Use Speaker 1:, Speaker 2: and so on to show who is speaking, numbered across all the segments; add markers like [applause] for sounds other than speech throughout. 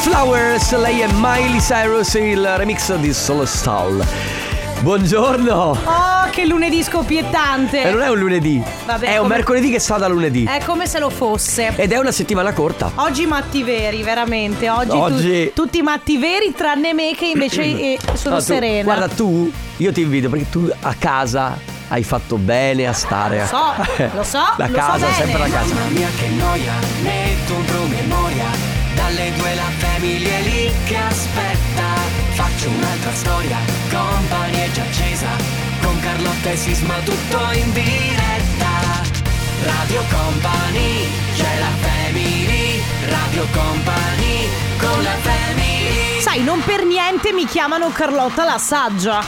Speaker 1: Flowers, lei è Miley Cyrus, il remix di Solestal. Buongiorno!
Speaker 2: Oh, che lunedì scoppiettante!
Speaker 1: E non è un lunedì,
Speaker 2: Vabbè,
Speaker 1: è un
Speaker 2: come- Eh.
Speaker 1: mercoledì che sta da lunedì.
Speaker 2: È come se lo fosse.
Speaker 1: Ed è una settimana corta.
Speaker 2: Oggi mattiveri, veramente. Oggi, tu-
Speaker 1: Oggi-
Speaker 2: tutti mattiveri, tranne me che
Speaker 1: [coughs]
Speaker 2: invece eh, sono
Speaker 1: No, tu-
Speaker 2: serena.
Speaker 1: Guarda, tu, io ti invidio perché tu a casa hai fatto bene a stare.
Speaker 2: Lo so, lo so,
Speaker 1: [laughs] La
Speaker 2: lo so
Speaker 1: casa,
Speaker 2: bene.
Speaker 1: sempre la casa.
Speaker 3: mia che noia, metto un promemoria, dalle due la famiglia è lì che aspetta, faccio un'altra storia, company è già accesa, con Carlotta e Sisma tutto in diretta, Radio Company, c'è la family, Radio Company, con la family.
Speaker 2: Sai, non per niente mi chiamano Carlotta la saggia.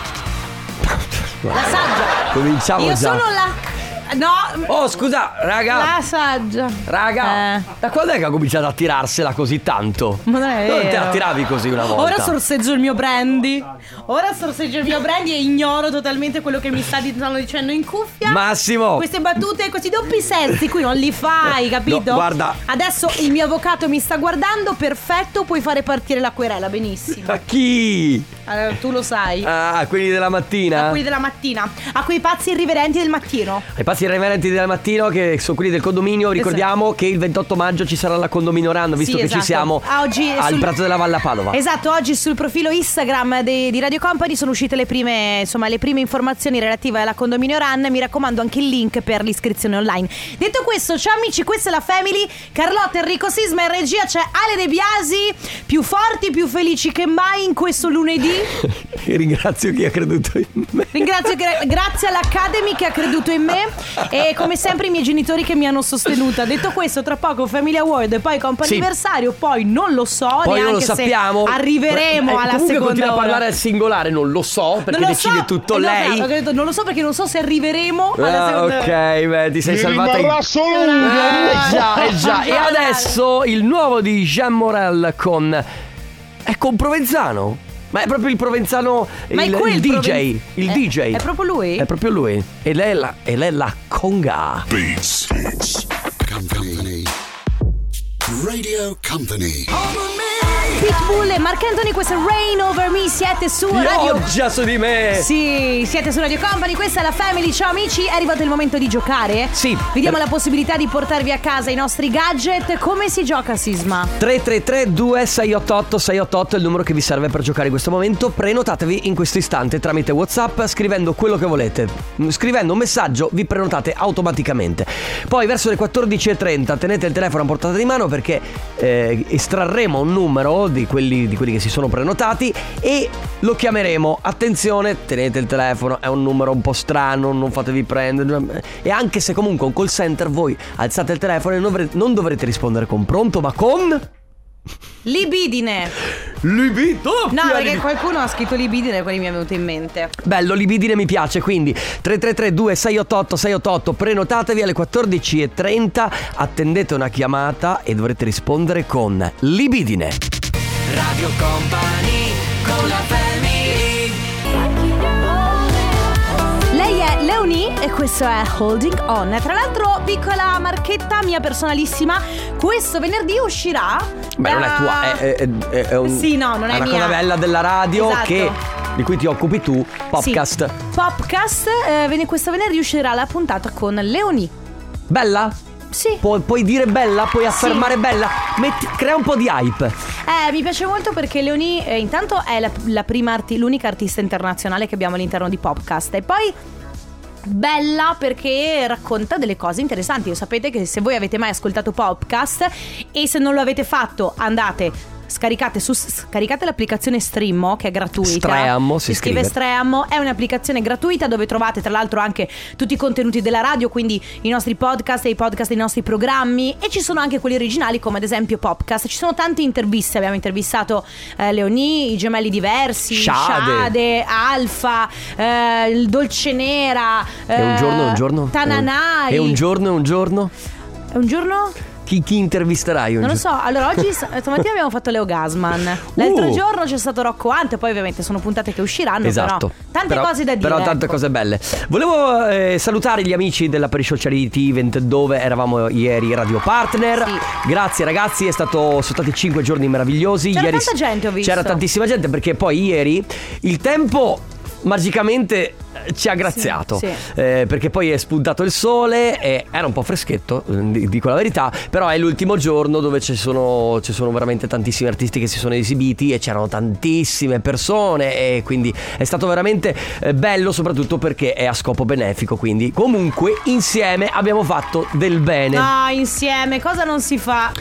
Speaker 2: La saggia.
Speaker 1: Cominciamo
Speaker 2: Io
Speaker 1: già.
Speaker 2: sono la... No,
Speaker 1: Oh, scusa, raga.
Speaker 2: la saggia.
Speaker 1: Raga,
Speaker 2: Eh.
Speaker 1: da quando è che ha cominciato a tirarsela così tanto?
Speaker 2: Ma non è
Speaker 1: te
Speaker 2: Mm, vero.
Speaker 1: la tiravi così una volta.
Speaker 2: Ora sorseggio il mio brandy. Ora sorseggio il mio brandy e ignoro totalmente quello che mi sta di- stanno dicendo in cuffia.
Speaker 1: Massimo.
Speaker 2: Queste battute, questi doppi sensi qui non li fai, capito?
Speaker 1: Oh. [laughs] No, guarda.
Speaker 2: Adesso il mio avvocato mi sta guardando, perfetto, puoi fare partire la
Speaker 1: [laughs]
Speaker 2: querela, benissimo.
Speaker 1: A chi?
Speaker 2: Eh, tu lo sai.
Speaker 1: Ah, quelli della
Speaker 2: A
Speaker 1: mattina?
Speaker 2: quelli della mattina, a quei pazzi irriverenti del mattino.
Speaker 1: Ai pazzi irreverenti del mattino, che sono quelli del condominio, ricordiamo che il 28 maggio ci sarà la condominio run, visto
Speaker 2: Sì,
Speaker 1: che
Speaker 2: esatto.
Speaker 1: ci siamo
Speaker 2: Ah, oggi
Speaker 1: al
Speaker 2: sul-
Speaker 1: Prato della Valla Padova.
Speaker 2: Esatto, oggi sul profilo Instagram di, di Radio Company sono uscite le prime, insomma, le prime informazioni relative alla condominio Run. Mi raccomando anche il link per l'iscrizione online. Detto questo, ciao amici, questa è la Family. Carlotta, Enrico Sisma in regia c'è Ale De Biasi, più forti, più felici che mai in questo lunedì.
Speaker 1: Cioè, [laughs] Ringrazio chi ha creduto in me.
Speaker 2: Ringrazio, gra- grazie all'Academy che ha creduto in me e come sempre i miei genitori che mi hanno sostenuta. Detto questo, tra poco Family Award e poi comp'anniversario, poi non lo so,
Speaker 1: Poi
Speaker 2: neanche
Speaker 1: non lo
Speaker 2: se
Speaker 1: sappiamo.
Speaker 2: arriveremo
Speaker 1: Eh,
Speaker 2: alla
Speaker 1: comunque
Speaker 2: seconda
Speaker 1: continua a
Speaker 2: ora.
Speaker 1: parlare al singolare, non lo so, perché
Speaker 2: Non lo
Speaker 1: decide
Speaker 2: so.
Speaker 1: tutto
Speaker 2: Eh, no,
Speaker 1: lei.
Speaker 2: esatto, ho detto, non lo so perché non so se arriveremo alla
Speaker 1: Ah,
Speaker 2: seconda ora.
Speaker 1: ok, beh, ti sei salvata in
Speaker 4: solo
Speaker 1: Eh già, eh [laughs] già.
Speaker 2: [laughs]
Speaker 1: E adesso il nuovo di Jean Morel con. È con Provenzano. Ma è proprio il Provenzano.
Speaker 2: Ma è
Speaker 1: il,
Speaker 2: quel
Speaker 1: il DJ.
Speaker 2: Proven-
Speaker 1: Il
Speaker 2: è-
Speaker 1: DJ.
Speaker 2: è proprio lui?
Speaker 1: È proprio lui. E lei è la, e lei è la conga.
Speaker 5: Company. Radio Company.
Speaker 2: Pitbull e Marc Anthony, questo è Rain Over Me, siete su Radio
Speaker 1: Pioggia su di me.
Speaker 2: Sì, siete su Radio Company, questa è la Family, ciao amici, è arrivato il momento di giocare.
Speaker 1: Sì.
Speaker 2: Vi diamo la possibilità di portarvi a casa i nostri gadget. Come si gioca, Sisma?
Speaker 1: 333 2688 688 è il numero che vi serve per giocare in questo momento. Prenotatevi in questo istante tramite WhatsApp scrivendo quello che volete. Mm, Scrivendo un messaggio vi prenotate automaticamente. Poi verso le 14.30 tenete il telefono a portata di mano perché eh, estrarremo un numero di quelli, di quelli che si sono prenotati e lo chiameremo. Attenzione, tenete il telefono, è un numero un po' strano, non fatevi prendere. E anche se comunque un call center voi alzate il telefono e non dovrete- non dovrete rispondere con pronto ma con...
Speaker 2: Libidine.
Speaker 1: Libito!
Speaker 2: No, perché qualcuno ha scritto libidine e quelli mi è venuto in mente.
Speaker 1: Bello, libidine mi piace, quindi 3332 688 688 prenotatevi alle 14.30, attendete una chiamata e dovrete rispondere con libidine.
Speaker 3: Radio Company, con la family.
Speaker 2: Lei è Leonie e questo è Holding On. Tra l'altro, piccola marchetta mia personalissima, questo venerdì uscirà.
Speaker 1: Beh, non è
Speaker 2: da-
Speaker 1: tua, è, è- è- è un-
Speaker 2: Eh Sì, no, non è
Speaker 1: una
Speaker 2: mia.
Speaker 1: cosa bella della radio
Speaker 2: Esatto.
Speaker 1: che, di cui ti occupi tu, podcast.
Speaker 2: Sì. Popcast, eh, ven- questo venerdì uscirà la puntata con Leonie.
Speaker 1: Bella?
Speaker 2: Sì.
Speaker 1: Pu- puoi dire bella, puoi affermare bella, Metti- crea un po' di hype.
Speaker 2: Eh, mi piace molto perché Leonie, eh, intanto, è la, la prima arti- l'unica artista internazionale che abbiamo all'interno di Popcast. E poi. Bella perché racconta delle cose interessanti. Lo sapete che se voi avete mai ascoltato Popcast e se non lo avete fatto, andate. Scaricate, su- scaricate l'applicazione Streammo che è gratuita.
Speaker 1: Streammo, si
Speaker 2: scrive
Speaker 1: scrive.
Speaker 2: Streammo, è un'applicazione gratuita dove trovate tra l'altro anche tutti i contenuti della radio, quindi i nostri podcast e i podcast dei nostri programmi e ci sono anche quelli originali come ad esempio Popcast. Ci sono tante interviste, abbiamo intervistato eh, Leonie, i gemelli diversi,
Speaker 1: Shade.
Speaker 2: Shade, Alfa, eh, il Dolce Nera,
Speaker 1: E un giorno è
Speaker 2: eh,
Speaker 1: un giorno.
Speaker 2: Tananai.
Speaker 1: E un giorno è un giorno.
Speaker 2: È un giorno?
Speaker 1: Chi, chi intervisterai oggi?
Speaker 2: Non lo so, allora oggi s- stamattina abbiamo fatto Leo Gasman. L'altro
Speaker 1: Uh.
Speaker 2: giorno c'è stato Rocco Hunt, poi ovviamente sono puntate che usciranno,
Speaker 1: Esatto.
Speaker 2: però tante
Speaker 1: Però-
Speaker 2: cose da dire.
Speaker 1: Però tante
Speaker 2: ecco.
Speaker 1: cose belle. Volevo eh, salutare gli amici della Perishow Charity Event dove eravamo ieri radio partner.
Speaker 2: Sì.
Speaker 1: Grazie ragazzi, è stato, sono stati 5 giorni meravigliosi.
Speaker 2: C'era
Speaker 1: ieri
Speaker 2: tanta gente, ho visto.
Speaker 1: C'era tantissima gente perché poi ieri il tempo magicamente eh, ci ha graziato
Speaker 2: sì.
Speaker 1: Eh, perché poi è spuntato il sole e era un po' freschetto eh, di- dico la verità però è l'ultimo giorno dove ci sono, ci sono veramente tantissimi artisti che si sono esibiti e c'erano tantissime persone e quindi è stato veramente eh, bello soprattutto perché è a scopo benefico quindi comunque insieme abbiamo fatto del bene
Speaker 2: No, insieme, cosa non si fa?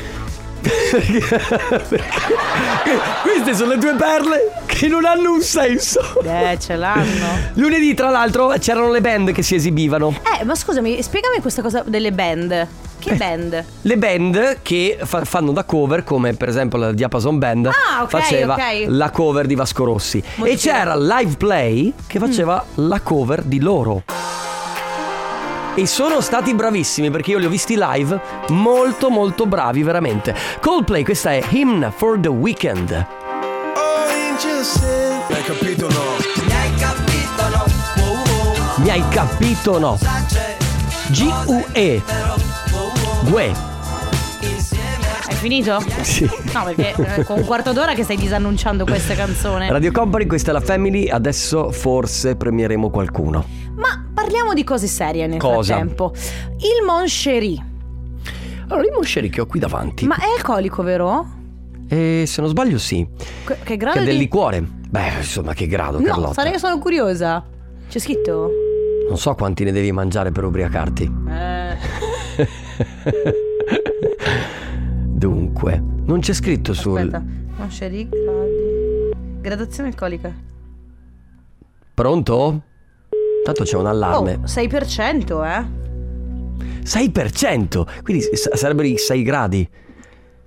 Speaker 1: queste sono le due perle che non hanno un senso
Speaker 2: Eh, ce l'hanno.
Speaker 1: Lunedì, tra l'altro, c'erano le band che si esibivano.
Speaker 2: [laughs] Eh, ma scusami, spiegami questa cosa delle band. Che band?
Speaker 1: Le band che fa- fanno da cover, come per esempio la Diapason Band
Speaker 2: Ah, ok,
Speaker 1: faceva
Speaker 2: ok.
Speaker 1: la cover di Vasco Rossi.
Speaker 2: Molto Mm.
Speaker 1: e c'era Live Play che faceva la cover di loro. E sono stati bravissimi perché io li ho visti live, molto molto bravi veramente. Coldplay, questa è Hymn for the Weekend.
Speaker 4: L'hai capito no?
Speaker 1: Mi hai capito o no? G-U-E.
Speaker 2: oh,
Speaker 1: Gue.
Speaker 2: Hai finito?
Speaker 1: Sì.
Speaker 2: No, perché eh, con un quarto d'ora che stai disannunciando questa canzone.
Speaker 1: Radio Company, questa è la Family, adesso forse premieremo qualcuno.
Speaker 2: Ma parliamo di cose serie nel
Speaker 1: Cosa?
Speaker 2: frattempo. Il Mon Cherie.
Speaker 1: Allora, il Moncheri che ho qui davanti,
Speaker 2: Ma è alcolico, vero?
Speaker 1: eh, se non sbaglio sì,
Speaker 2: Que- Che
Speaker 1: che
Speaker 2: grado
Speaker 1: è del
Speaker 2: di...
Speaker 1: liquore. Beh, insomma, che grado,
Speaker 2: No,
Speaker 1: Carlotta.
Speaker 2: sarei che sono curiosa. C'è scritto?
Speaker 1: Non so quanti ne devi mangiare per ubriacarti.
Speaker 2: Eh.
Speaker 1: Dunque, non c'è scritto
Speaker 2: Aspetta.
Speaker 1: sul...
Speaker 2: Mon Cherie gradi. Gradazione alcolica.
Speaker 1: Pronto? Tanto c'è un
Speaker 2: Oh,
Speaker 1: allarme.
Speaker 2: 6%, eh.
Speaker 1: 6%, quindi s- sarebbero i 6 gradi.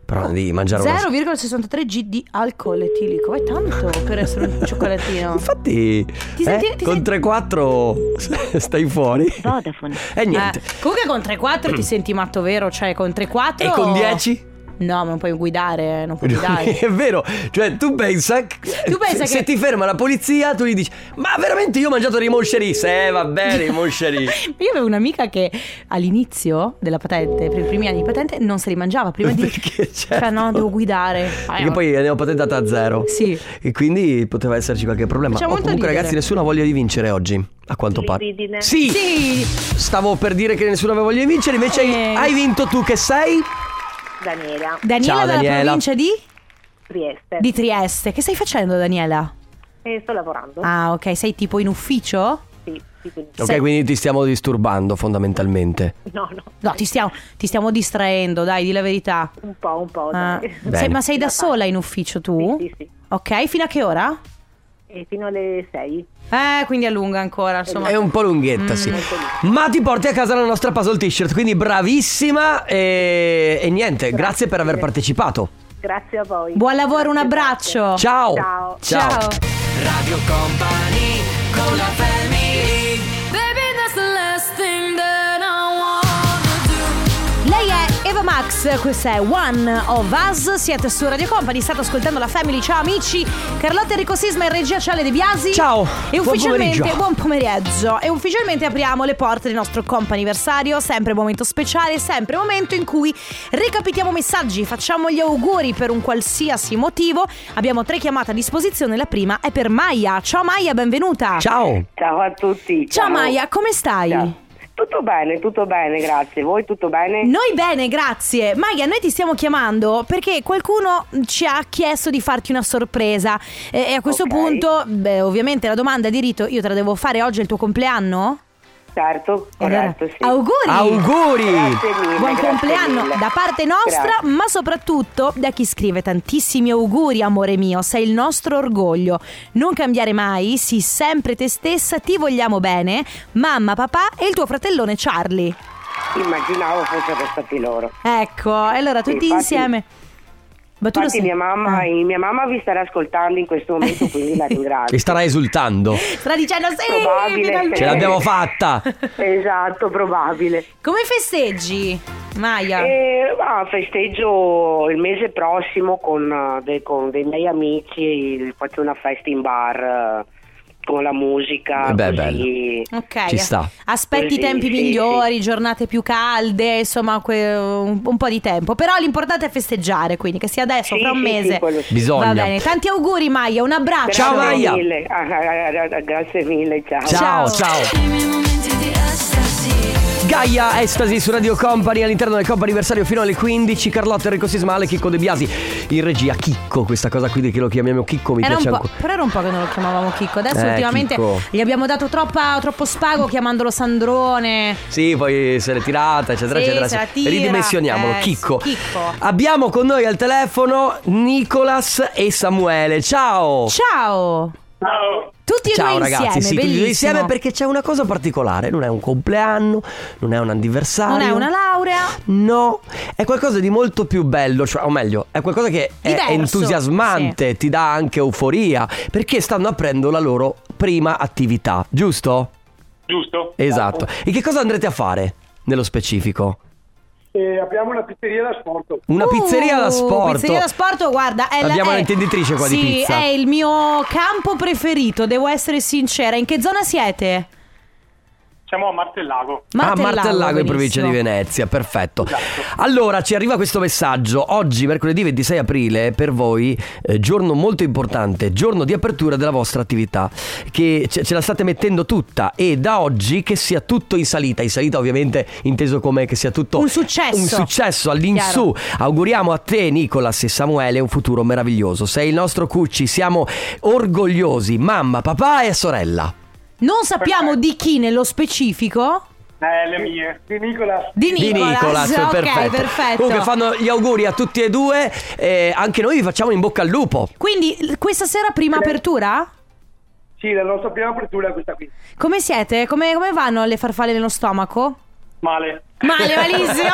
Speaker 1: Però devi mangiare una...
Speaker 2: 0,63 g di alcol etilico. È tanto per essere
Speaker 1: [laughs]
Speaker 2: un [laughs] cioccolatino.
Speaker 1: Infatti,
Speaker 2: Ti senti-
Speaker 1: eh,
Speaker 2: ti
Speaker 1: con
Speaker 2: senti-
Speaker 1: 3-4 [laughs] stai fuori.
Speaker 6: Vodafone.
Speaker 1: E niente. Mm.
Speaker 2: Eh, comunque con 3,4 ti senti matto vero, cioè con 3,4
Speaker 1: E con 10?
Speaker 2: No, ma non puoi guidare, eh, non puoi guidare.
Speaker 1: È vero, cioè tu pensa,
Speaker 2: Tu
Speaker 1: se,
Speaker 2: pensa
Speaker 1: se
Speaker 2: che-
Speaker 1: ti ferma la polizia tu gli dici "Ma veramente io ho mangiato Rimosceri?" Eh, va bene, Rimosceri.
Speaker 2: [laughs] [laughs] Io avevo un'amica che all'inizio della patente, per i primi anni di patente, non se li mangiava prima di...
Speaker 1: Perché certo.
Speaker 2: Cioè no, devo guidare.
Speaker 1: Perché poi ne ho patentata a zero.
Speaker 2: Eh, Sì.
Speaker 1: E quindi poteva esserci qualche problema.
Speaker 2: Facciamo
Speaker 1: Oh,
Speaker 2: molto
Speaker 1: comunque
Speaker 2: ridere.
Speaker 1: ragazzi, nessuno ha voglia di vincere oggi, a quanto pare.
Speaker 6: Libidine.
Speaker 1: Sì.
Speaker 2: Sì,
Speaker 1: Stavo per dire che nessuno aveva voglia di vincere, invece hai-
Speaker 2: Eh.
Speaker 1: hai vinto tu che sei?
Speaker 6: Daniela,
Speaker 2: Daniela
Speaker 1: Ciao,
Speaker 2: dalla
Speaker 1: Daniela.
Speaker 2: provincia di?
Speaker 6: Trieste.
Speaker 2: di Trieste. Che stai facendo Daniela?
Speaker 6: E sto lavorando.
Speaker 2: Ah ok, sei tipo in ufficio?
Speaker 6: Sì, sì, quindi-
Speaker 1: Ok,
Speaker 2: Sì.
Speaker 1: quindi ti stiamo disturbando fondamentalmente.
Speaker 6: No, no,
Speaker 2: No, ti stiamo, ti stiamo distraendo, dai, di la verità.
Speaker 6: un po', un po'.
Speaker 2: Ah,
Speaker 6: dai.
Speaker 7: [laughs]
Speaker 1: Bene.
Speaker 2: sei- ma sei da sola in ufficio tu?
Speaker 6: Sì, sì, sì.
Speaker 2: Ok, fino a che ora?
Speaker 6: E fino alle 6.
Speaker 2: Eh, quindi è lunga ancora, insomma. Mm,
Speaker 1: È un po' lunghetta, sì. Ma ti porti a casa la nostra puzzle t-shirt, quindi bravissima e, e niente, grazie. per aver partecipato.
Speaker 6: Grazie a voi.
Speaker 2: Buon lavoro, un
Speaker 6: Grazie,
Speaker 2: abbraccio.
Speaker 1: Ciao.
Speaker 6: Ciao.
Speaker 2: Ciao.
Speaker 3: Radio Company con la family
Speaker 2: Lei è Eva Max, questa è One of Us, siete su Radio Company, state ascoltando la Family, ciao amici. Carlotta Enrico Sisma in regia Ciale De Biasi.
Speaker 1: Ciao,
Speaker 2: E
Speaker 1: buon
Speaker 2: ufficialmente
Speaker 1: pomeriggio.
Speaker 2: buon pomeriggio. E ufficialmente apriamo le porte del nostro comp'anniversario, sempre momento speciale, sempre momento in cui recapitiamo messaggi, facciamo gli auguri per un qualsiasi motivo. Abbiamo tre chiamate a disposizione, la prima è per Maya. Ciao Maya, benvenuta.
Speaker 1: Ciao.
Speaker 7: Ciao a tutti.
Speaker 2: Ciao Maya, come stai?
Speaker 7: Ciao. Tutto bene, tutto bene, grazie. Voi tutto bene?
Speaker 2: Noi bene, grazie. Maia, noi ti stiamo chiamando perché qualcuno ci ha chiesto di farti una sorpresa. E, e a questo
Speaker 7: Ok.
Speaker 2: punto, beh, ovviamente la domanda di rito, io te la devo fare oggi è il tuo compleanno?
Speaker 7: Certo,
Speaker 2: Eh, Allora,
Speaker 7: corretto, sì.
Speaker 2: Auguri!
Speaker 1: Auguri.
Speaker 7: Grazie mille,
Speaker 2: Buon
Speaker 7: grazie
Speaker 2: compleanno
Speaker 7: mille.
Speaker 2: da parte nostra,
Speaker 7: Grazie.
Speaker 2: ma soprattutto da chi scrive tantissimi auguri, amore mio, sei il nostro orgoglio. Non cambiare mai, sii sempre te stessa, ti vogliamo bene, mamma, papà e il tuo fratellone Charlie.
Speaker 7: Immaginavo fossero stati loro.
Speaker 2: Ecco, e allora tutti
Speaker 7: Infatti-
Speaker 2: insieme. Ma tu lo
Speaker 7: Infatti
Speaker 2: sai-
Speaker 7: mia mamma,
Speaker 2: Ah.
Speaker 7: mia mamma vi starà ascoltando in questo momento, quindi
Speaker 2: [laughs]
Speaker 7: la
Speaker 1: Che
Speaker 7: ringrazio.
Speaker 1: starà esultando.
Speaker 2: Sta dicendo cioè, sì,
Speaker 7: Probabile.
Speaker 2: finalmente." [laughs]
Speaker 1: Ce l'abbiamo fatta.
Speaker 7: esatto, probabile.
Speaker 2: Come festeggi, Maia.
Speaker 7: Eh, ah, festeggio il mese prossimo con, eh, dei, con dei miei amici, il- faccio una festa in bar eh, con la musica.
Speaker 1: Eh beh,
Speaker 7: così.
Speaker 2: Ok.
Speaker 1: Ci sta.
Speaker 2: Aspetti i
Speaker 7: Così,
Speaker 2: tempi
Speaker 7: sì,
Speaker 2: migliori, giornate più calde, insomma, que- un, un po' di tempo. Però l'importante è festeggiare, quindi che sia adesso,
Speaker 7: Sì,
Speaker 2: fra un
Speaker 7: sì, sì,
Speaker 2: mese.
Speaker 7: quello sì.
Speaker 1: Bisogna.
Speaker 2: Va bene. Tanti auguri Maia, un abbraccio.
Speaker 1: Ciao,
Speaker 7: Grazie
Speaker 1: Maia.
Speaker 7: mille. [laughs] Ah, ah, ah, ah, grazie mille, ciao.
Speaker 1: Ciao,
Speaker 2: Ciao.
Speaker 1: ciao. Gaia Estasi su Radio Company all'interno del Company anniversario fino alle 15. Carlotta Enrico Sismale, Chicco De Biasi in regia. Chicco, questa cosa qui di che lo chiamiamo Chicco mi
Speaker 2: Era un
Speaker 1: piace
Speaker 2: po'-
Speaker 1: ancora.
Speaker 2: però era un po' che non lo chiamavamo Chicco. Adesso
Speaker 1: Eh,
Speaker 2: ultimamente
Speaker 1: Chicco.
Speaker 2: gli abbiamo dato troppa- troppo spago chiamandolo Sandrone.
Speaker 1: Sì, poi se l'è tirata, eccetera,
Speaker 2: Sì,
Speaker 1: eccetera.
Speaker 2: se la
Speaker 1: eccetera.
Speaker 2: tira.
Speaker 1: Ridimensioniamolo,
Speaker 2: Eh,
Speaker 1: Chicco.
Speaker 2: sì, Chicco.
Speaker 1: Abbiamo con noi al telefono Nicolas e Samuele. Ciao.
Speaker 2: Ciao! Tutti e
Speaker 1: Oh. Ciao
Speaker 2: due
Speaker 1: ragazzi,
Speaker 2: insieme,
Speaker 1: sì, tutti e
Speaker 2: bellissimo.
Speaker 1: due insieme perché c'è una cosa particolare, non è un compleanno, non è un anniversario.
Speaker 2: Non è una laurea.
Speaker 1: No, è qualcosa di molto più bello, cioè, o meglio, è qualcosa che è
Speaker 2: Diverso,
Speaker 1: entusiasmante, ti dà anche euforia, perché stanno aprendo la loro prima attività, giusto?
Speaker 4: Giusto?
Speaker 1: Esatto. E che cosa andrete a fare nello specifico?
Speaker 4: E abbiamo una pizzeria da sport.
Speaker 1: Una
Speaker 2: Uh,
Speaker 1: pizzeria da sport.
Speaker 2: Pizzeria da sport, guarda, è la-
Speaker 1: Abbiamo
Speaker 2: è-
Speaker 1: l'intenditrice qua di
Speaker 2: sì,
Speaker 1: pizza.
Speaker 2: È il mio campo preferito, devo essere sincera. In che zona siete?
Speaker 4: Siamo a Martellago.
Speaker 1: ah, Martellago in
Speaker 2: benissimo.
Speaker 1: provincia di Venezia, perfetto. Allora, ci arriva questo messaggio. Oggi, mercoledì 26 aprile, per voi, eh, giorno molto importante, giorno di apertura della vostra attività, che ce, ce la state mettendo tutta e da oggi che sia tutto in salita, in salita ovviamente inteso come che sia tutto
Speaker 2: Un successo.
Speaker 1: un successo all'insù. Auguriamo a te, Nicolas e Samuele, un futuro meraviglioso. Sei il nostro Cucci, siamo orgogliosi, mamma, papà e sorella.
Speaker 2: Non sappiamo di chi nello specifico.
Speaker 4: Eh, le mie. Di Nicola.
Speaker 2: Di
Speaker 1: Di
Speaker 2: Nicolas.
Speaker 1: Nicolas,
Speaker 2: ok,
Speaker 1: perfetto. Comunque fanno gli auguri a tutti e due. eh, anche noi vi facciamo in bocca al lupo.
Speaker 2: Quindi l- questa sera prima apertura?
Speaker 4: Sì, la nostra prima apertura è questa qui.
Speaker 2: Come siete? Come, come vanno le farfalle nello stomaco?
Speaker 4: Male.
Speaker 2: [laughs] Male, malissimo.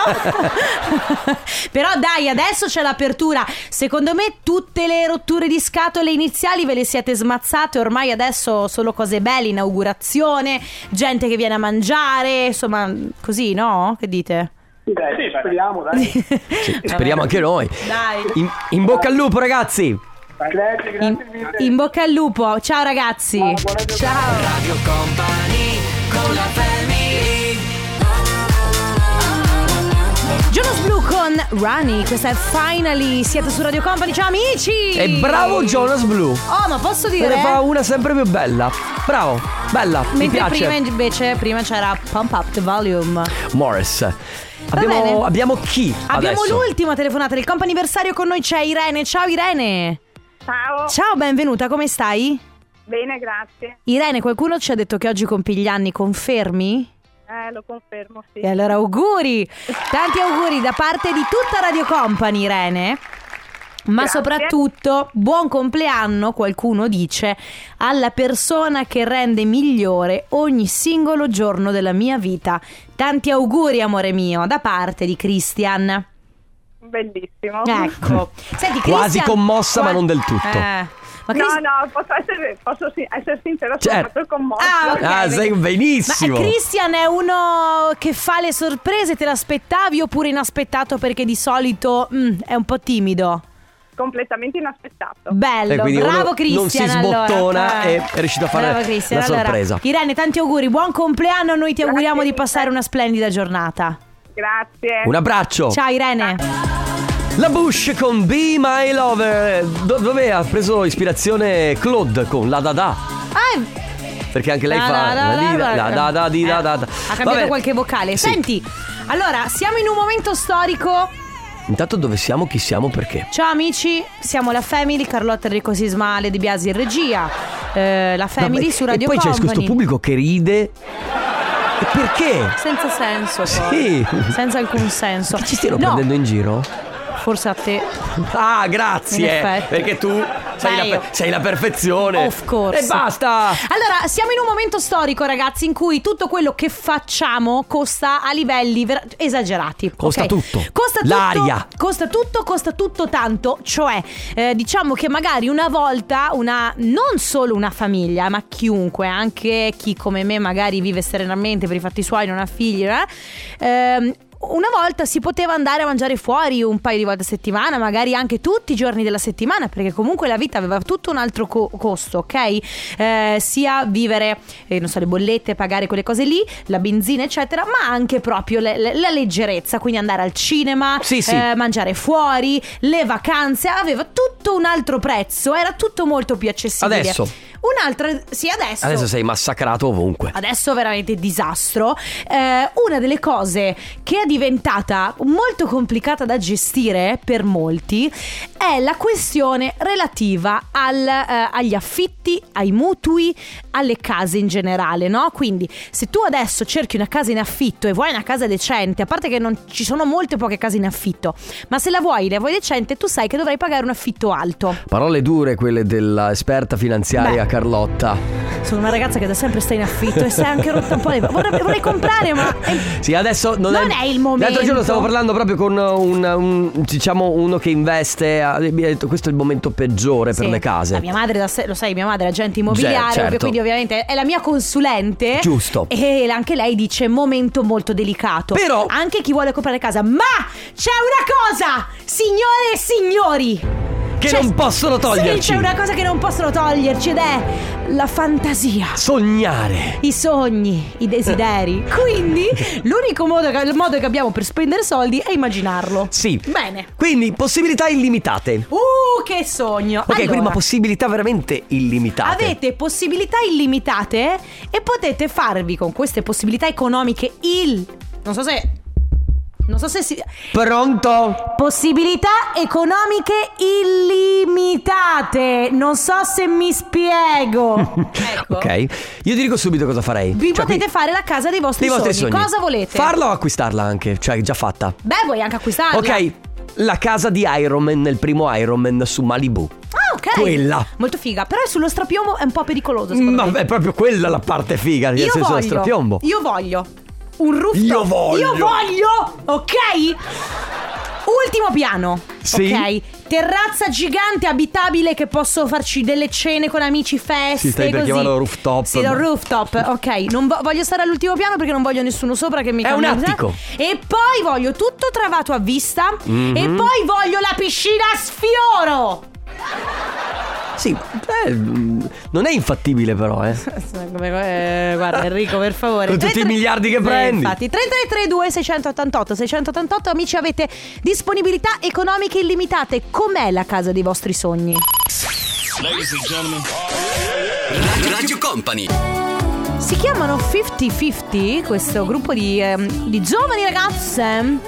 Speaker 2: Però dai, adesso c'è l'apertura. Secondo me tutte le rotture di scatole iniziali ve le siete smazzate. Ormai adesso solo cose belle, inaugurazione, gente che viene a mangiare, insomma, così, no? Che dite?
Speaker 4: sì,
Speaker 1: [laughs]
Speaker 4: speriamo, dai.
Speaker 1: Speriamo anche noi.
Speaker 2: Dai.
Speaker 1: In, in bocca al lupo, ragazzi.
Speaker 4: grazie, grazie
Speaker 2: In, in bocca al lupo. Ciao ragazzi. Ciao.
Speaker 3: Radio Company con la family
Speaker 2: Jonas Blue con Rani. Questa è Finally. Siete su Radio Company. Ciao amici.
Speaker 1: E bravo Jonas Blue.
Speaker 2: Oh, ma posso
Speaker 1: Se
Speaker 2: dire?
Speaker 1: ne fa una sempre più bella. Bravo, bella. mi
Speaker 2: Mentre
Speaker 1: piace.
Speaker 2: prima invece prima c'era Pump Up the Volume.
Speaker 1: Morris.
Speaker 2: bene.
Speaker 1: Abbiamo, abbiamo chi?
Speaker 2: Abbiamo
Speaker 1: adesso?
Speaker 2: l'ultima telefonata del comp'anniversario con noi c'è Irene. Ciao Irene.
Speaker 6: Ciao,
Speaker 2: Ciao, benvenuta, come stai?
Speaker 6: bene, grazie.
Speaker 2: Irene, qualcuno ci ha detto che oggi compi gli anni, confermi?
Speaker 6: Eh, lo confermo, sì.
Speaker 2: E allora auguri! Tanti auguri da parte di tutta Radio Company, Irene. Ma
Speaker 6: Grazie.
Speaker 2: soprattutto buon compleanno, qualcuno dice, alla persona che rende migliore ogni singolo giorno della mia vita. Tanti auguri, amore mio, da parte di Christian.
Speaker 6: Bellissimo.
Speaker 1: [laughs]
Speaker 2: Ecco. Senti,
Speaker 1: Quasi
Speaker 2: Christian-
Speaker 1: commossa, ma
Speaker 2: Qua-
Speaker 1: non del tutto.
Speaker 2: Eh, Ma Christian-
Speaker 6: No, no, posso essere, posso si- essere sincera, sono
Speaker 1: Certo.
Speaker 6: proprio commossa.
Speaker 2: Ah, ok.
Speaker 1: Ah, sei benissimo.
Speaker 2: Ma Christian è uno che fa le sorprese, te l'aspettavi oppure inaspettato perché di solito mm, è un po' timido?
Speaker 6: Completamente inaspettato.
Speaker 1: Mm.
Speaker 2: Bello,
Speaker 1: E Eh, quindi uno
Speaker 2: bravo
Speaker 1: non si
Speaker 2: Cristian.
Speaker 1: sbottona
Speaker 2: allora.
Speaker 1: e è riuscito a fare
Speaker 2: Bravo, Christian,
Speaker 1: la
Speaker 2: allora.
Speaker 1: sorpresa.
Speaker 2: Irene, tanti auguri, buon compleanno, noi ti auguriamo
Speaker 6: Grazie
Speaker 2: di passare
Speaker 6: mille.
Speaker 2: una splendida giornata.
Speaker 6: Grazie.
Speaker 1: Un abbraccio.
Speaker 2: Ciao Irene.
Speaker 1: La Bush con Be My Lover, do- dove ha preso ispirazione Claude con la da da,
Speaker 2: Ah,
Speaker 1: perché anche lei
Speaker 2: da,
Speaker 1: fa
Speaker 2: da, da,
Speaker 1: di-
Speaker 2: da, da.
Speaker 1: da da di da
Speaker 2: Eh,
Speaker 1: da da.
Speaker 2: Ha cambiato
Speaker 1: Vabbè.
Speaker 2: qualche vocale.
Speaker 1: Sì.
Speaker 2: Senti, allora, siamo in un momento storico.
Speaker 1: Intanto dove siamo, chi siamo, perché?
Speaker 2: Ciao amici, siamo la Family, Carlotta Enrico Sismale di Biasi in regia, eh, la Family
Speaker 1: No, ma-
Speaker 2: su Radio
Speaker 1: E poi c'è
Speaker 2: Company.
Speaker 1: questo pubblico che ride. E perché?
Speaker 2: Senza senso
Speaker 1: Sì.
Speaker 2: poi. Senza alcun senso.
Speaker 1: Ci stiano
Speaker 2: no,
Speaker 1: prendendo in giro?
Speaker 2: forse a te.
Speaker 1: Ah,
Speaker 2: In
Speaker 1: grazie.
Speaker 2: effetti.
Speaker 1: Perché tu sei la,
Speaker 2: Dai, io.
Speaker 1: per- sei la perfezione.
Speaker 2: Of course.
Speaker 1: E basta.
Speaker 2: Allora, siamo in un momento storico, ragazzi, in cui tutto quello che facciamo costa a livelli ver- esagerati.
Speaker 1: Costa
Speaker 2: ok?
Speaker 1: tutto.
Speaker 2: Costa tutto.
Speaker 1: L'aria.
Speaker 2: Costa tutto, costa tutto tanto. Cioè, eh, diciamo che magari una volta una, non solo una famiglia, ma chiunque, anche chi come me magari vive serenamente per i fatti suoi, non ha figli, eh, ehm, Una volta si poteva andare a mangiare fuori un paio di volte a settimana, magari anche tutti i giorni della settimana, perché comunque la vita aveva tutto un altro co- costo, ok? Eh, sia vivere, eh, non so, le bollette, pagare quelle cose lì, la benzina, eccetera, ma anche proprio le- le- la leggerezza, quindi andare al cinema,
Speaker 1: Sì, sì.
Speaker 2: eh, mangiare fuori, le vacanze, aveva tutto un altro prezzo, era tutto molto più accessibile.
Speaker 1: Adesso?
Speaker 2: Un'altra, sì, adesso.
Speaker 1: Adesso sei massacrato ovunque.
Speaker 2: Adesso veramente disastro. Eh, una delle cose che è diventata molto complicata da gestire per molti è la questione relativa al, eh, agli affitti, ai mutui, alle case in generale, no? Quindi se tu adesso cerchi una casa in affitto e vuoi una casa decente, a parte che non ci sono molte poche case in affitto, ma se la vuoi, la vuoi decente, tu sai che dovrai pagare un affitto alto.
Speaker 1: Parole dure quelle dell'esperta finanziaria
Speaker 2: Beh.
Speaker 1: Carlotta.
Speaker 2: Sono una ragazza che da sempre sta in affitto e sei anche rotta un po' le vorrei, vorrei comprare, ma.
Speaker 1: Sì, adesso non,
Speaker 2: Non è il momento.
Speaker 1: L'altro giorno stavo parlando proprio con un, un- diciamo uno che investe. ha- Mi ha detto questo è il momento peggiore
Speaker 2: Sì.
Speaker 1: per le case.
Speaker 2: La mia madre, da se- lo sai, mia madre è agente immobiliare,
Speaker 1: Ge- certo.
Speaker 2: quindi ovviamente è la mia consulente.
Speaker 1: Giusto.
Speaker 2: E anche lei dice momento molto delicato.
Speaker 1: Però-
Speaker 2: Anche chi vuole comprare casa. Ma c'è una cosa, signore e signori.
Speaker 1: Che
Speaker 2: C'è-
Speaker 1: non possono
Speaker 2: Sì,
Speaker 1: toglierci.
Speaker 2: c'è una cosa che non possono toglierci ed è la fantasia.
Speaker 1: Sognare.
Speaker 2: i sogni,
Speaker 1: [laughs]
Speaker 2: i desideri. Quindi l'unico modo che, il modo che abbiamo per spendere soldi è immaginarlo.
Speaker 1: Sì.
Speaker 2: Bene.
Speaker 1: Quindi possibilità illimitate.
Speaker 2: Uh, che sogno!
Speaker 1: Ok,
Speaker 2: allora,
Speaker 1: quindi ma possibilità veramente illimitate.
Speaker 2: avete possibilità illimitate e potete farvi con queste possibilità economiche il... Non so se... Non so se si...
Speaker 1: Pronto?
Speaker 2: Possibilità economiche illimitate. Non so se mi spiego.
Speaker 1: [laughs]
Speaker 2: ecco.
Speaker 1: Ok. Io ti dico subito cosa farei.
Speaker 2: Vi
Speaker 1: Cioè,
Speaker 2: potete
Speaker 1: qui-
Speaker 2: fare la casa dei vostri,
Speaker 1: dei vostri sogni.
Speaker 2: Cosa volete?
Speaker 1: Farla o acquistarla anche? Cioè, già fatta.
Speaker 2: Beh, vuoi anche acquistarla.
Speaker 1: Ok, la casa di Iron Man nel primo Iron Man su Malibu.
Speaker 2: Ah, ok.
Speaker 1: Quella.
Speaker 2: Molto figa. Però è sullo strapiombo è un po' pericoloso, secondo
Speaker 1: Ma
Speaker 2: me.
Speaker 1: è Mm, proprio quella la parte figa, nel
Speaker 2: io
Speaker 1: senso
Speaker 2: voglio,
Speaker 1: da strapiombo.
Speaker 2: Io voglio un rooftop.
Speaker 1: Io voglio.
Speaker 2: Io voglio, ok? Ultimo piano.
Speaker 1: Sì.
Speaker 2: Ok. Terrazza gigante abitabile che posso farci delle cene con amici, feste,
Speaker 1: Sì, stai per
Speaker 2: così.
Speaker 1: chiamarlo rooftop,
Speaker 2: Sì, lo
Speaker 1: ma-
Speaker 2: rooftop. Ok, non vo- voglio stare all'ultimo piano perché non voglio nessuno sopra che mi
Speaker 1: È un
Speaker 2: cambia-
Speaker 1: attico.
Speaker 2: E poi voglio tutto travato a vista
Speaker 1: Mhm.
Speaker 2: e poi voglio la piscina a sfioro.
Speaker 1: Sì, eh, mh, non è infattibile però, eh.
Speaker 2: Come- eh, guarda Enrico per favore
Speaker 1: Con tutti i miliardi che
Speaker 2: Sì,
Speaker 1: prendi.
Speaker 2: infatti 3332 688 688 amici avete disponibilità economiche illimitate com'è la casa dei vostri sogni
Speaker 5: Radio Company.
Speaker 2: si chiamano 50-50 questo gruppo di, ehm, di giovani ragazze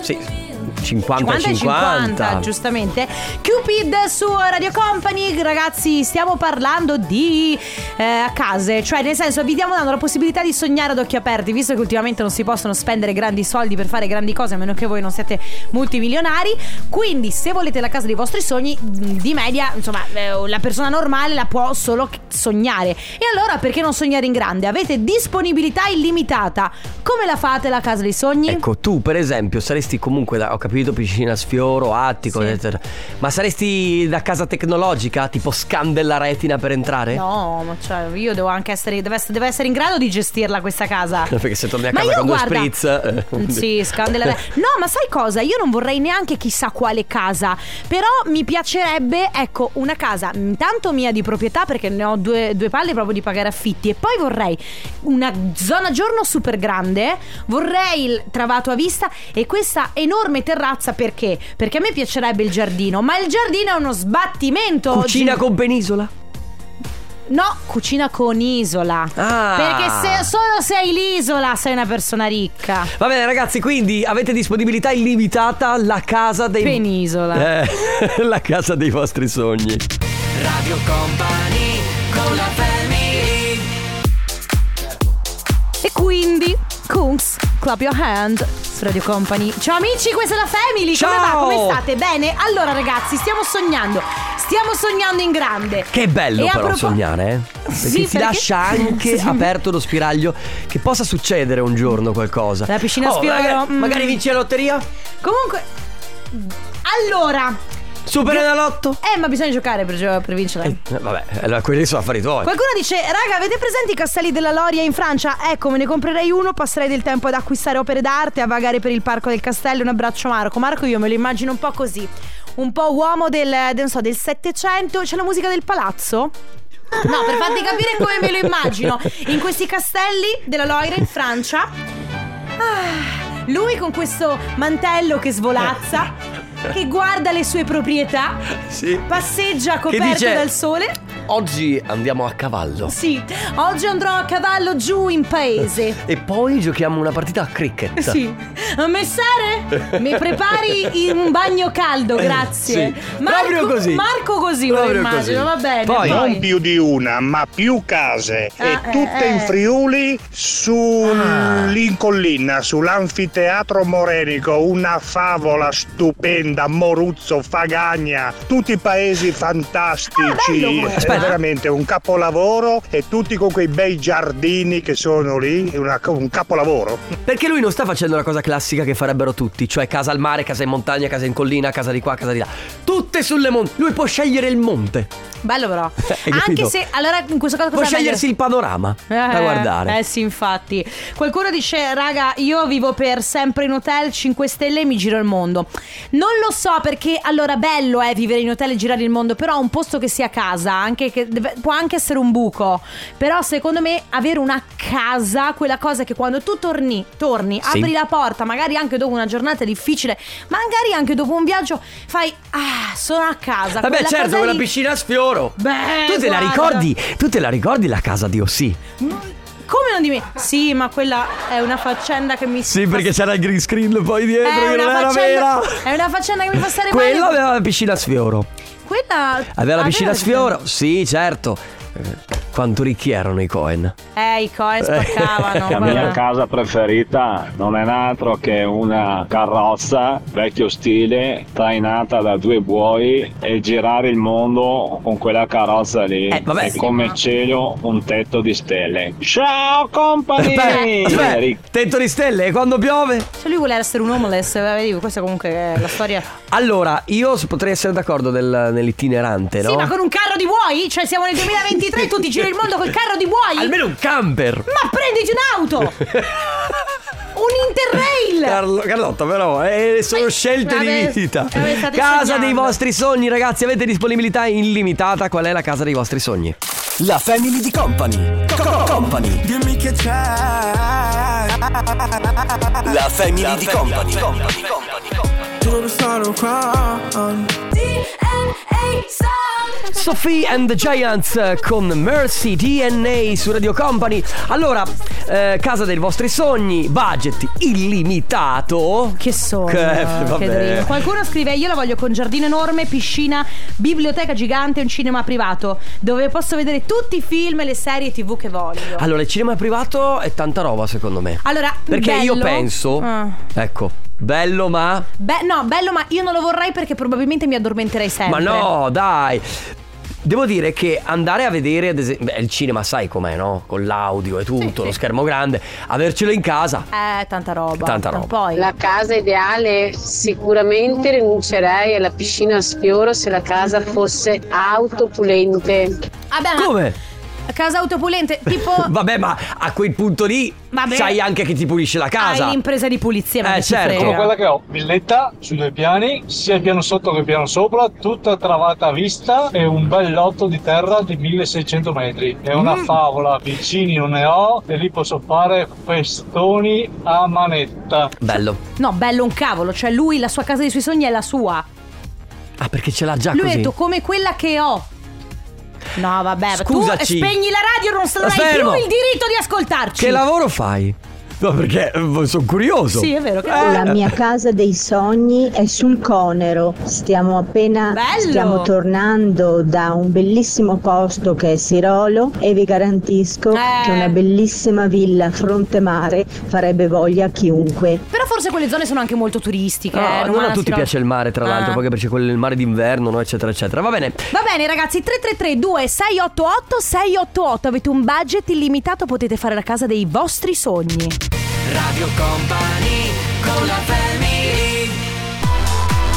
Speaker 1: Sì.
Speaker 2: 50 e 50
Speaker 1: 50-50.
Speaker 2: giustamente Cupid su Radio Company ragazzi stiamo parlando di eh, case cioè nel senso vi diamo dando la possibilità di sognare ad occhi aperti visto che ultimamente non si possono spendere grandi soldi per fare grandi cose a meno che voi non siate multimilionari quindi se volete la casa dei vostri sogni mh, di media insomma eh, la persona normale la può solo ch- sognare e allora perché non sognare in grande avete disponibilità illimitata come la fate la casa dei sogni?
Speaker 1: Ecco, tu per esempio saresti comunque da, ho capito, piscina sfioro, attico,
Speaker 2: Sì.
Speaker 1: eccetera. Ma saresti da casa tecnologica, tipo scandella retina per entrare?
Speaker 2: No, ma cioè, io devo anche essere, deve essere, devo essere in grado di gestirla questa casa.
Speaker 1: [laughs] Perché se torni a
Speaker 2: Ma
Speaker 1: casa
Speaker 2: io
Speaker 1: con due
Speaker 2: guarda-
Speaker 1: spritz, eh.
Speaker 2: Mm, Sì,
Speaker 1: [laughs]
Speaker 2: scandela. No, ma sai cosa? Io non vorrei neanche chissà quale casa. Però mi piacerebbe, ecco, una casa intanto mia di proprietà, perché ne ho due, due palle proprio di pagare affitti. E poi vorrei una zona giorno super grande. Vorrei il travato a vista e questa enorme terrazza perché? Perché a me piacerebbe il giardino, ma il giardino è uno sbattimento.
Speaker 1: Cucina
Speaker 2: oggi.
Speaker 1: con penisola?
Speaker 2: No, cucina con isola.
Speaker 1: Ah.
Speaker 2: Perché se solo sei l'isola sei una persona ricca.
Speaker 1: Va bene ragazzi, quindi avete disponibilità illimitata la casa dei
Speaker 2: Penisola.
Speaker 1: Eh, [laughs] la casa dei vostri sogni.
Speaker 3: Radio Company con la family
Speaker 2: E quindi, Kungs, clap your hand su Radio Company. Ciao amici, questa è la Family.
Speaker 1: Ciao.
Speaker 2: Come va? Come state? Bene? Allora ragazzi, stiamo sognando. Stiamo sognando in grande.
Speaker 1: Che bello
Speaker 2: E a
Speaker 1: però
Speaker 2: propo-
Speaker 1: sognare, eh? Perché
Speaker 2: Sì,
Speaker 1: ti
Speaker 2: perché-
Speaker 1: lascia anche
Speaker 2: [laughs] Sì.
Speaker 1: aperto lo spiraglio che possa succedere un giorno qualcosa.
Speaker 2: La piscina mm. a
Speaker 1: oh,
Speaker 2: sfioro,
Speaker 1: Magari,
Speaker 2: mm.
Speaker 1: magari vinci la lotteria?
Speaker 2: Comunque, allora,
Speaker 1: Superenalotto.
Speaker 2: Eh, ma bisogna giocare per, gio- per vincere.
Speaker 1: Eh, Vabbè, allora quelli sono affari tuoi.
Speaker 2: Qualcuno dice, raga, avete presente i castelli della Loria in Francia? Ecco, me ne comprerei uno, passerei del tempo ad acquistare opere d'arte, a vagare per il parco del castello. Un abbraccio Marco. Marco io me lo immagino un po' così. Un po' uomo del, del- non so, del 700. C'è la musica del palazzo? No, per farti capire come me lo immagino. In questi castelli della Loira in Francia. Ah, lui con questo mantello che svolazza, che guarda le sue proprietà,
Speaker 1: Sì.
Speaker 2: passeggia coperto
Speaker 1: dice-
Speaker 2: dal sole.
Speaker 1: Oggi andiamo a cavallo.
Speaker 2: Sì, oggi andrò a cavallo giù in paese.
Speaker 1: E poi giochiamo una partita a cricket.
Speaker 2: Sì. Messere, mi prepari un bagno caldo, grazie.
Speaker 1: Eh, Sì. Proprio così.
Speaker 2: Marco così, me lo
Speaker 1: Proprio
Speaker 2: immagino,
Speaker 1: così.
Speaker 2: va bene.
Speaker 1: Poi-
Speaker 2: Poi,
Speaker 8: Non più di una, ma più case.
Speaker 2: Ah, eh,
Speaker 8: e tutte in
Speaker 2: eh.
Speaker 8: Friuli sull'Incollina, sull'anfiteatro Morenico. Una favola stupenda. Moruzzo, Fagagna, tutti paesi
Speaker 2: Ah, bello,
Speaker 8: fantastici.
Speaker 2: Moruzzo.
Speaker 8: è veramente un capolavoro. E tutti con quei bei giardini che sono lì. una- un capolavoro.
Speaker 1: Perché lui non sta facendo la cosa classica che farebbero tutti, cioè casa al mare, casa in montagna, casa in collina, casa di qua, casa di là. Tutte sulle monte. Lui può scegliere il monte. [laughs]
Speaker 2: Bello però.
Speaker 1: Hai capito?
Speaker 2: Anche se allora in questo caso
Speaker 1: Può
Speaker 2: cosa è meglio?
Speaker 1: scegliersi il panorama da
Speaker 2: Eh,
Speaker 1: guardare.
Speaker 2: Eh sì, infatti. Qualcuno dice, raga, io vivo per sempre in hotel 5 stelle e mi giro il mondo. Non lo so perché, allora, bello è vivere in hotel e girare il mondo, però un posto che sia casa, anche che deve- può anche essere un buco. Però secondo me avere una casa, quella cosa che quando tu torni, torni,
Speaker 1: Sì.
Speaker 2: apri la porta, magari anche dopo una giornata difficile, magari anche dopo un viaggio, fai, ah, sono a casa.
Speaker 1: Vabbè,
Speaker 2: quella
Speaker 1: certo,
Speaker 2: cosa
Speaker 1: quella
Speaker 2: lì-
Speaker 1: piscina a sfioro.
Speaker 2: Beh,
Speaker 1: tu te la
Speaker 2: guarda.
Speaker 1: ricordi? Tu te la ricordi la casa di Ossi?
Speaker 2: Come non di me? Sì, ma quella è una faccenda che mi
Speaker 1: Sì, perché c'era il green screen poi dietro
Speaker 2: È
Speaker 1: che
Speaker 2: una,
Speaker 1: non era
Speaker 2: faccenda,
Speaker 1: vera.
Speaker 2: è una faccenda che mi fa stare
Speaker 1: Quello
Speaker 2: male. Ah,
Speaker 1: aveva la piscina a sfioro.
Speaker 2: Quella
Speaker 1: Aveva la piscina a
Speaker 2: aveva-
Speaker 1: sfioro? Sì, certo. Eh, Quanto ricchi erano i Cohen?
Speaker 2: Eh, i coe spaccavano.
Speaker 1: Eh,
Speaker 9: La mia
Speaker 2: guarda.
Speaker 9: casa preferita non è altro che una carrozza vecchio stile trainata da due buoi e girare il mondo con quella carrozza lì.
Speaker 1: Eh, vabbè.
Speaker 9: è come cielo un tetto di stelle. Ciao company!
Speaker 1: Beh, beh, tetto di stelle, e quando piove?
Speaker 2: Cioè, lui vuole essere un homeless. eh, vedi, Questa comunque è la storia.
Speaker 1: Eh, Allora, io s- potrei essere d'accordo del- nell'itinerante, no?
Speaker 2: Sì, ma con un carro di buoi? Cioè, siamo nel 2023 tu ti giri il mondo col carro di buoi?
Speaker 1: Almeno un camper.
Speaker 2: Ma prenditi
Speaker 1: [laughs]
Speaker 2: un'auto! un interrail!
Speaker 1: Carlo- Carlotta però eh, sono
Speaker 2: Eh,
Speaker 1: scelte di
Speaker 2: vabbè,
Speaker 1: vita
Speaker 2: vabbè, state
Speaker 1: Casa
Speaker 2: sognando.
Speaker 1: dei vostri sogni ragazzi Avete disponibilità illimitata Qual è la casa dei vostri sogni?
Speaker 5: La family di company. Co- co- company.
Speaker 3: Dimmi che c'è.
Speaker 5: La family di company.
Speaker 3: Dove sono qua?
Speaker 1: Sophie and the Giants eh, con Mercy DNA su Radio Company Allora eh, Casa dei vostri sogni Budget illimitato
Speaker 2: Che sogno,
Speaker 1: Che- vabbè.
Speaker 2: che dream. Qualcuno scrive Io la voglio con giardino enorme, piscina, biblioteca gigante e un cinema privato Dove posso vedere tutti i film e le serie tv che voglio
Speaker 1: Allora il cinema privato è tanta roba secondo me
Speaker 2: Allora,
Speaker 1: Perché io
Speaker 2: Ah, bello-
Speaker 1: penso
Speaker 2: Ah.
Speaker 1: Ecco Bello ma
Speaker 2: Beh, no, bello, ma io non lo vorrei perché probabilmente mi addormenterei sempre.
Speaker 1: Ma no, dai. Devo dire che andare a vedere, ad esempio, beh, il cinema sai com'è, no? Con l'audio e tutto, lo schermo grande, avercelo in casa.
Speaker 2: Eh, tanta roba.
Speaker 1: Tanta
Speaker 2: Ma
Speaker 1: roba.
Speaker 2: Poi.
Speaker 10: La casa ideale sicuramente rinuncerei alla piscina a sfioro se la casa fosse autopulente.
Speaker 2: Vabbè, ma
Speaker 1: Come? [laughs]
Speaker 2: Casa autopulente, tipo.
Speaker 1: Vabbè, ma a quel punto lì
Speaker 2: Vabbè.
Speaker 1: sai anche che ti pulisce la casa.
Speaker 2: Hai l'impresa di pulizia, ma
Speaker 1: Eh,
Speaker 2: che ci
Speaker 1: certo.
Speaker 2: frega.
Speaker 9: quella che ho, villetta su due piani, sia il piano sotto che il piano sopra, tutta travata a vista e un bel lotto di terra di 1600 metri. È una favola, vicini non ne ho e lì posso fare festoni a manetta.
Speaker 1: Bello.
Speaker 2: No, bello un cavolo. Cioè, lui, la sua casa dei suoi sogni è la sua.
Speaker 1: Ah, perché ce l'ha già
Speaker 2: Lui ha
Speaker 1: così.
Speaker 2: detto come quella che ho. No, vabbè, ma
Speaker 1: Scusaci.
Speaker 2: tu spegni la radio, non
Speaker 1: Ma
Speaker 2: sarai
Speaker 1: fermo.
Speaker 2: più il diritto di ascoltarci.
Speaker 1: Che lavoro fai? No, perché eh, sono curioso.
Speaker 2: Sì, è vero, che-
Speaker 1: Eh,
Speaker 11: casa dei sogni è sul Conero. Stiamo appena
Speaker 2: Bello. stiamo
Speaker 11: tornando da un bellissimo posto che è Sirolo e vi garantisco
Speaker 2: Eh. che una
Speaker 11: bellissima villa a fronte mare farebbe voglia a chiunque.
Speaker 2: Però forse quelle zone sono anche molto turistiche.
Speaker 1: No,
Speaker 2: eh,
Speaker 1: non a
Speaker 2: Romana,
Speaker 1: tutti
Speaker 2: Sirolo.
Speaker 1: piace il mare, tra l'altro,
Speaker 2: Ah.
Speaker 1: perché c'è quello il mare d'inverno, no, eccetera, eccetera. Va bene.
Speaker 2: Va bene ragazzi, 333 2688 688 avete un budget illimitato, potete fare la casa dei vostri sogni. Radio Company con la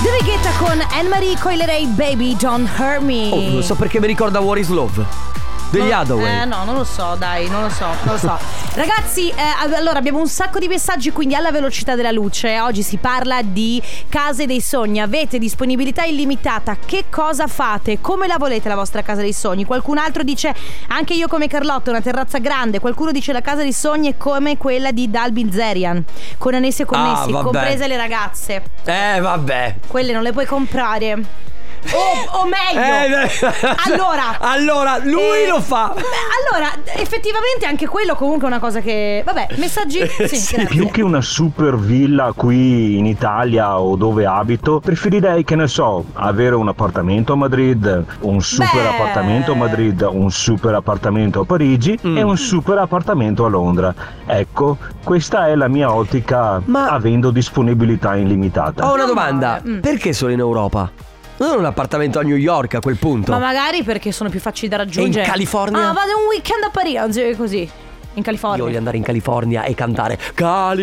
Speaker 2: The Reghetta con Anne-Marie Coilerei Baby Don't Hurt Me
Speaker 1: Oh, non so perché mi ricorda War is Love. Degli
Speaker 2: No,
Speaker 1: Hathaway.
Speaker 2: Eh no, non lo so, dai, non lo so, non lo so. Ragazzi, eh, ab- allora abbiamo un sacco di messaggi, quindi alla velocità della luce. Oggi si parla di case dei sogni. Avete disponibilità illimitata? Che cosa fate? Come la volete la vostra casa dei sogni? Qualcun altro dice anche io come Carlotta, una terrazza grande. Qualcuno dice la casa dei sogni è come quella di Dal Bilzerian, con annessi e connessi,
Speaker 1: Ah, vabbè.
Speaker 2: comprese le ragazze.
Speaker 1: Eh, vabbè.
Speaker 2: Quelle non le puoi comprare. O, o
Speaker 1: Eh,
Speaker 2: meglio,
Speaker 1: dai. [laughs]
Speaker 2: allora, Eh,
Speaker 1: Allora, lui lo fa.
Speaker 2: Beh, allora, effettivamente anche quello comunque è una cosa che... Vabbè,
Speaker 1: [laughs]
Speaker 2: messaggi... Sì, grazie.
Speaker 12: Più che una super villa qui in Italia o dove abito, preferirei che ne so, avere un appartamento a Madrid, un super
Speaker 2: Beh.
Speaker 12: appartamento a Madrid, un super appartamento a Parigi e un super appartamento a Londra. Ecco, questa è la mia ottica avendo disponibilità illimitata.
Speaker 1: Ho una domanda.
Speaker 2: Mm.
Speaker 1: Perché solo in Europa? Non un appartamento a New York a quel punto.
Speaker 2: Ma magari perché sono più facili da raggiungere.
Speaker 1: E in California?
Speaker 2: Ah, vado un weekend a Parigi, eh, così.
Speaker 1: Io
Speaker 2: In California.
Speaker 1: voglio andare in California e cantare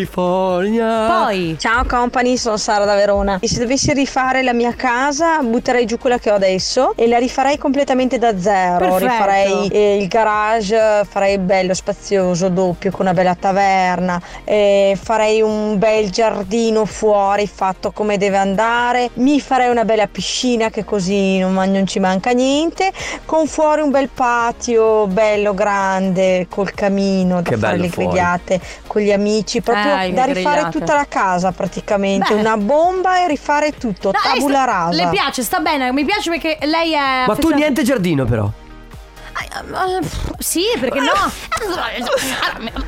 Speaker 1: California.
Speaker 2: Poi.
Speaker 13: Ciao company, sono Sara da Verona. E se dovessi rifare la mia casa, butterei giù quella che ho adesso e la rifarei completamente da zero.
Speaker 14: Perfetto.
Speaker 13: Rifarei eh, il garage, farei bello spazioso, doppio, con una bella taverna. eh, farei un bel giardino fuori fatto come deve andare. Mi farei una bella piscina che così non, man- non ci manca niente. Con fuori un bel patio bello grande col camino da
Speaker 15: Che
Speaker 13: fare
Speaker 15: bello
Speaker 13: le
Speaker 15: fuori.
Speaker 13: grigliate con gli amici. Proprio
Speaker 15: Eh, le
Speaker 13: da rifare
Speaker 15: grigliate.
Speaker 13: tutta la casa praticamente,
Speaker 2: Beh.
Speaker 13: una bomba e rifare tutto,
Speaker 2: No, eh,
Speaker 13: tabula
Speaker 2: sta-
Speaker 13: rasa.
Speaker 2: Le piace, sta bene, mi piace perché lei è...
Speaker 1: Ma tu
Speaker 2: affezionata-
Speaker 1: niente giardino però.
Speaker 2: Ah, pff, Sì, perché no?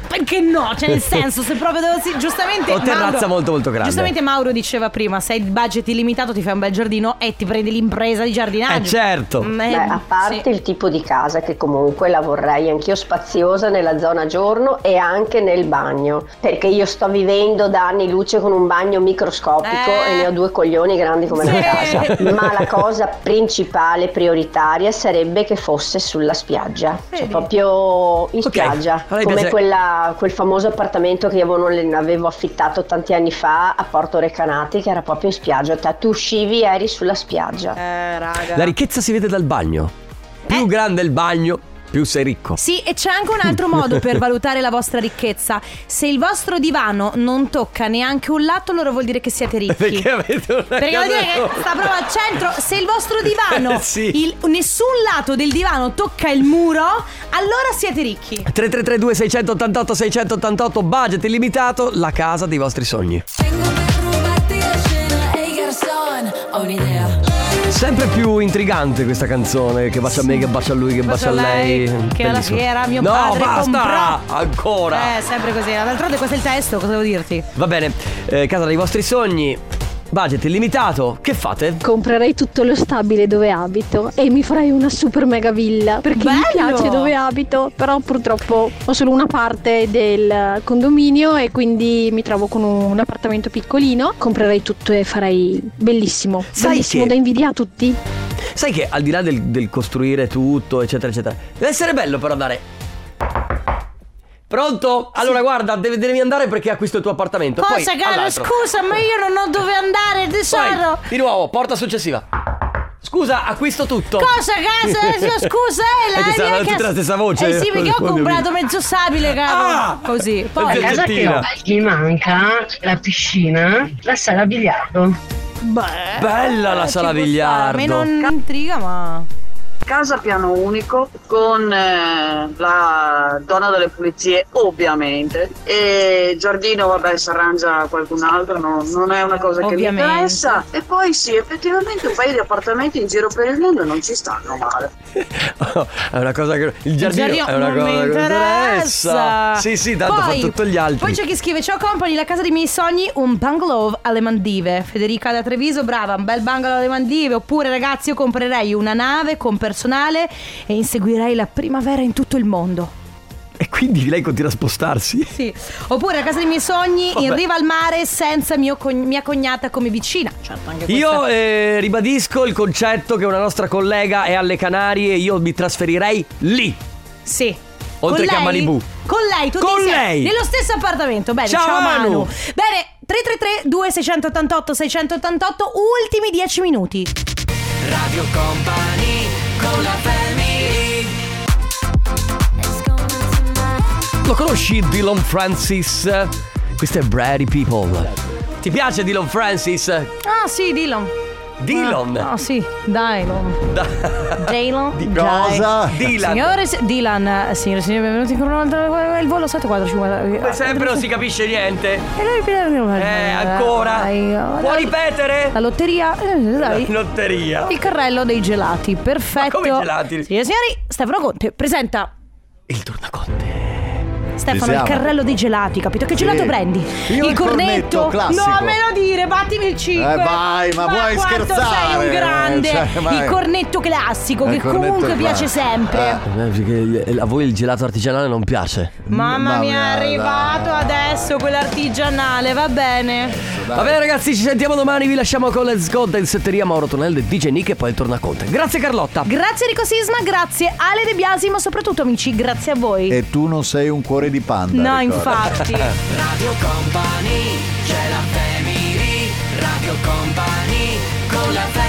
Speaker 2: Perché no? Cioè, nel senso, se proprio dovessi. Giustamente.
Speaker 1: Ho terrazza
Speaker 2: Mauro-
Speaker 1: molto, molto grande.
Speaker 2: Giustamente, Mauro diceva prima: se hai il budget illimitato, ti fai un bel giardino e ti prendi l'impresa di giardinaggio.
Speaker 1: Eh, certo.
Speaker 2: Mm, eh,
Speaker 14: Beh, a parte il tipo di casa che comunque la vorrei anch'io spaziosa nella zona giorno e anche nel bagno, perché io sto vivendo da anni luce con un bagno microscopico
Speaker 2: Eh.
Speaker 14: e ne ho due coglioni grandi come la
Speaker 2: Sì.
Speaker 14: casa. Ma la cosa principale, prioritaria sarebbe che fosse sulla spiaggia, cioè proprio in spiaggia,
Speaker 1: A lei
Speaker 14: come
Speaker 1: piace-
Speaker 14: quella- quel famoso appartamento che io avevo, avevo affittato tanti anni fa a Porto Recanati, che era proprio in spiaggia, Cioè, tu uscivi e eri sulla spiaggia.
Speaker 2: Eh, raga.
Speaker 1: La ricchezza si vede dal bagno.
Speaker 2: Eh?
Speaker 1: Più grande è il bagno, più sei ricco.
Speaker 2: Sì, e c'è anche un altro modo per valutare la vostra ricchezza. Se il vostro divano non tocca neanche un lato, allora vuol dire che siete
Speaker 1: [laughs]
Speaker 2: ricchi.
Speaker 1: Perché avete una
Speaker 2: Perché vuol
Speaker 1: casa
Speaker 2: dire che
Speaker 1: enorme.
Speaker 2: sta proprio al centro. Se il vostro divano,
Speaker 1: [laughs] Eh, sì.
Speaker 2: il- nessun lato del divano tocca il muro, allora siete ricchi.
Speaker 1: 3332 688 688 budget illimitato, la casa dei vostri sogni. Sempre più intrigante questa canzone che bacia me, che bacia lui, che bacia,
Speaker 2: Bacia lei,
Speaker 1: lei.
Speaker 2: che alla
Speaker 1: Bellissimo.
Speaker 2: fiera mio
Speaker 1: no,
Speaker 2: padre
Speaker 1: basta!
Speaker 2: comprò.
Speaker 1: Ancora!
Speaker 2: Eh, sempre così. D'altronde questo è il testo, cosa devo dirti?
Speaker 1: Va bene, eh, casa dei vostri sogni, budget illimitato, che fate?
Speaker 16: Comprerei tutto lo stabile dove abito e mi farei una super mega villa perché mi
Speaker 2: Bello!
Speaker 16: piace dove abito, però purtroppo ho solo una parte del condominio e quindi mi trovo con un appartamento piccolino. Comprerei tutto e farei bellissimo,
Speaker 1: Sai
Speaker 16: bellissimo
Speaker 1: che-
Speaker 16: da invidia a tutti.
Speaker 1: Sai che al di là del, del costruire tutto, eccetera, eccetera, deve essere bello però andare. Pronto? Allora guarda, deve, devi andare perché acquisto il tuo appartamento. Poi,
Speaker 2: Cosa, caro?
Speaker 1: all'altro.
Speaker 2: Scusa, ma io non ho dove andare, tesoro.
Speaker 1: Poi, oh. di nuovo, porta successiva. Scusa, acquisto tutto.
Speaker 2: Cosa
Speaker 1: [laughs]
Speaker 2: casa? Scusa, eh, la
Speaker 1: Eh, che sa-
Speaker 2: mia
Speaker 1: tutte
Speaker 2: casa-
Speaker 1: la stessa voce.
Speaker 2: Eh sì, perché ho
Speaker 1: Oddio
Speaker 2: comprato
Speaker 1: mio.
Speaker 2: mezzo sabile, caro. Così. Poi
Speaker 1: La casa Ah! che ho, Oggettina.
Speaker 17: mi manca la piscina, la sala biliardo.
Speaker 2: Beh,
Speaker 1: Bella
Speaker 2: Eh,
Speaker 1: la sala
Speaker 2: A
Speaker 1: biliardo.
Speaker 2: me non intriga, ma.
Speaker 18: Casa piano unico con eh, la donna delle pulizie ovviamente e giardino vabbè si arrangia qualcun altro no, non è una cosa che mi
Speaker 2: Ovviamente.
Speaker 18: interessa e poi sì effettivamente un paio di appartamenti in giro per il mondo non ci stanno male
Speaker 1: [laughs] è una cosa che. Il giardino,
Speaker 2: giardino
Speaker 1: è una
Speaker 2: non
Speaker 1: cosa
Speaker 2: mi
Speaker 1: che
Speaker 2: interessa.
Speaker 1: Sì, sì, tanto
Speaker 2: Poi-
Speaker 1: fa tutto gli altri.
Speaker 2: Poi c'è chi scrive: Ciao company, la casa dei miei sogni, un bungalow alle Mandive. Federica da Treviso, brava, un bel bungalow alle Mandive. Oppure, ragazzi, io comprerei una nave con personale e inseguirei la primavera in tutto il mondo.
Speaker 1: E quindi lei continua a spostarsi.
Speaker 2: Sì. Oppure la casa dei miei sogni in
Speaker 1: Vabbè.
Speaker 2: riva al mare senza mio cogn- mia cognata come vicina. Certo, anche questa.
Speaker 1: Io eh, ribadisco il concetto che una nostra collega è alle Canarie e io mi trasferirei lì.
Speaker 2: Sì.
Speaker 1: Oltre
Speaker 2: Con
Speaker 1: che a
Speaker 2: lei-
Speaker 1: Malibu.
Speaker 2: Con lei, tutti
Speaker 1: Con
Speaker 2: insieme,
Speaker 1: lei.
Speaker 2: Nello stesso appartamento. Bene, ciao,
Speaker 1: Ciao, Manu.
Speaker 2: Bene, 333 2688 688 ultimi 10 minuti.
Speaker 3: Radio Company con la family
Speaker 1: Lo conosci Dylan Francis? Questo è Brady People. Ti piace Dylan Francis?
Speaker 2: Ah sì, Dylan.
Speaker 1: Dylan.
Speaker 2: Ah, ah, sì, Dylan. Dylan. Di
Speaker 1: cosa? Dylan.
Speaker 2: Signore, se- Dylan, eh, signore, e signori, benvenuti con un altro il volo 7450.
Speaker 1: Come sempre non si capisce niente.
Speaker 2: Eh,
Speaker 1: ancora? Può ripetere?
Speaker 2: La lotteria. eh, dai.
Speaker 1: Lotteria.
Speaker 2: Il carrello dei gelati, perfetto.
Speaker 1: come gelati?
Speaker 2: Signore e signori, Stefano Conte presenta. Il tornaconte. Stefano, il
Speaker 15: Desiamo.
Speaker 2: carrello dei gelati, capito? Che
Speaker 15: Sì.
Speaker 2: gelato prendi?
Speaker 15: Io il cornetto classico.
Speaker 2: No, me lo dire, battimi il 5.
Speaker 15: Eh, vai, ma vuoi
Speaker 2: quanto Sei
Speaker 15: scherzare?
Speaker 2: un grande.
Speaker 15: Cioè, ma-
Speaker 2: il cornetto classico,
Speaker 1: Eh,
Speaker 2: che
Speaker 1: il cornetto
Speaker 2: comunque
Speaker 1: è qua.
Speaker 2: piace sempre.
Speaker 15: Eh.
Speaker 1: a voi il gelato artigianale non piace.
Speaker 2: Mamma mia, è arrivato adesso quell'artigianale, va bene.
Speaker 1: Vabbè ragazzi, ci sentiamo domani, vi lasciamo con Let's Go del Setteria Mauro Tonel del DJ Nick e poi il tornaconte. Grazie Carlotta.
Speaker 2: Grazie Rico Sisma, grazie Ale De Biasi, ma soprattutto amici, grazie a voi.
Speaker 15: E tu non sei un cuore di panda.
Speaker 2: No,
Speaker 15: ricorda. [laughs]
Speaker 2: infatti.
Speaker 3: Radio Company c'è la family Radio Company con la family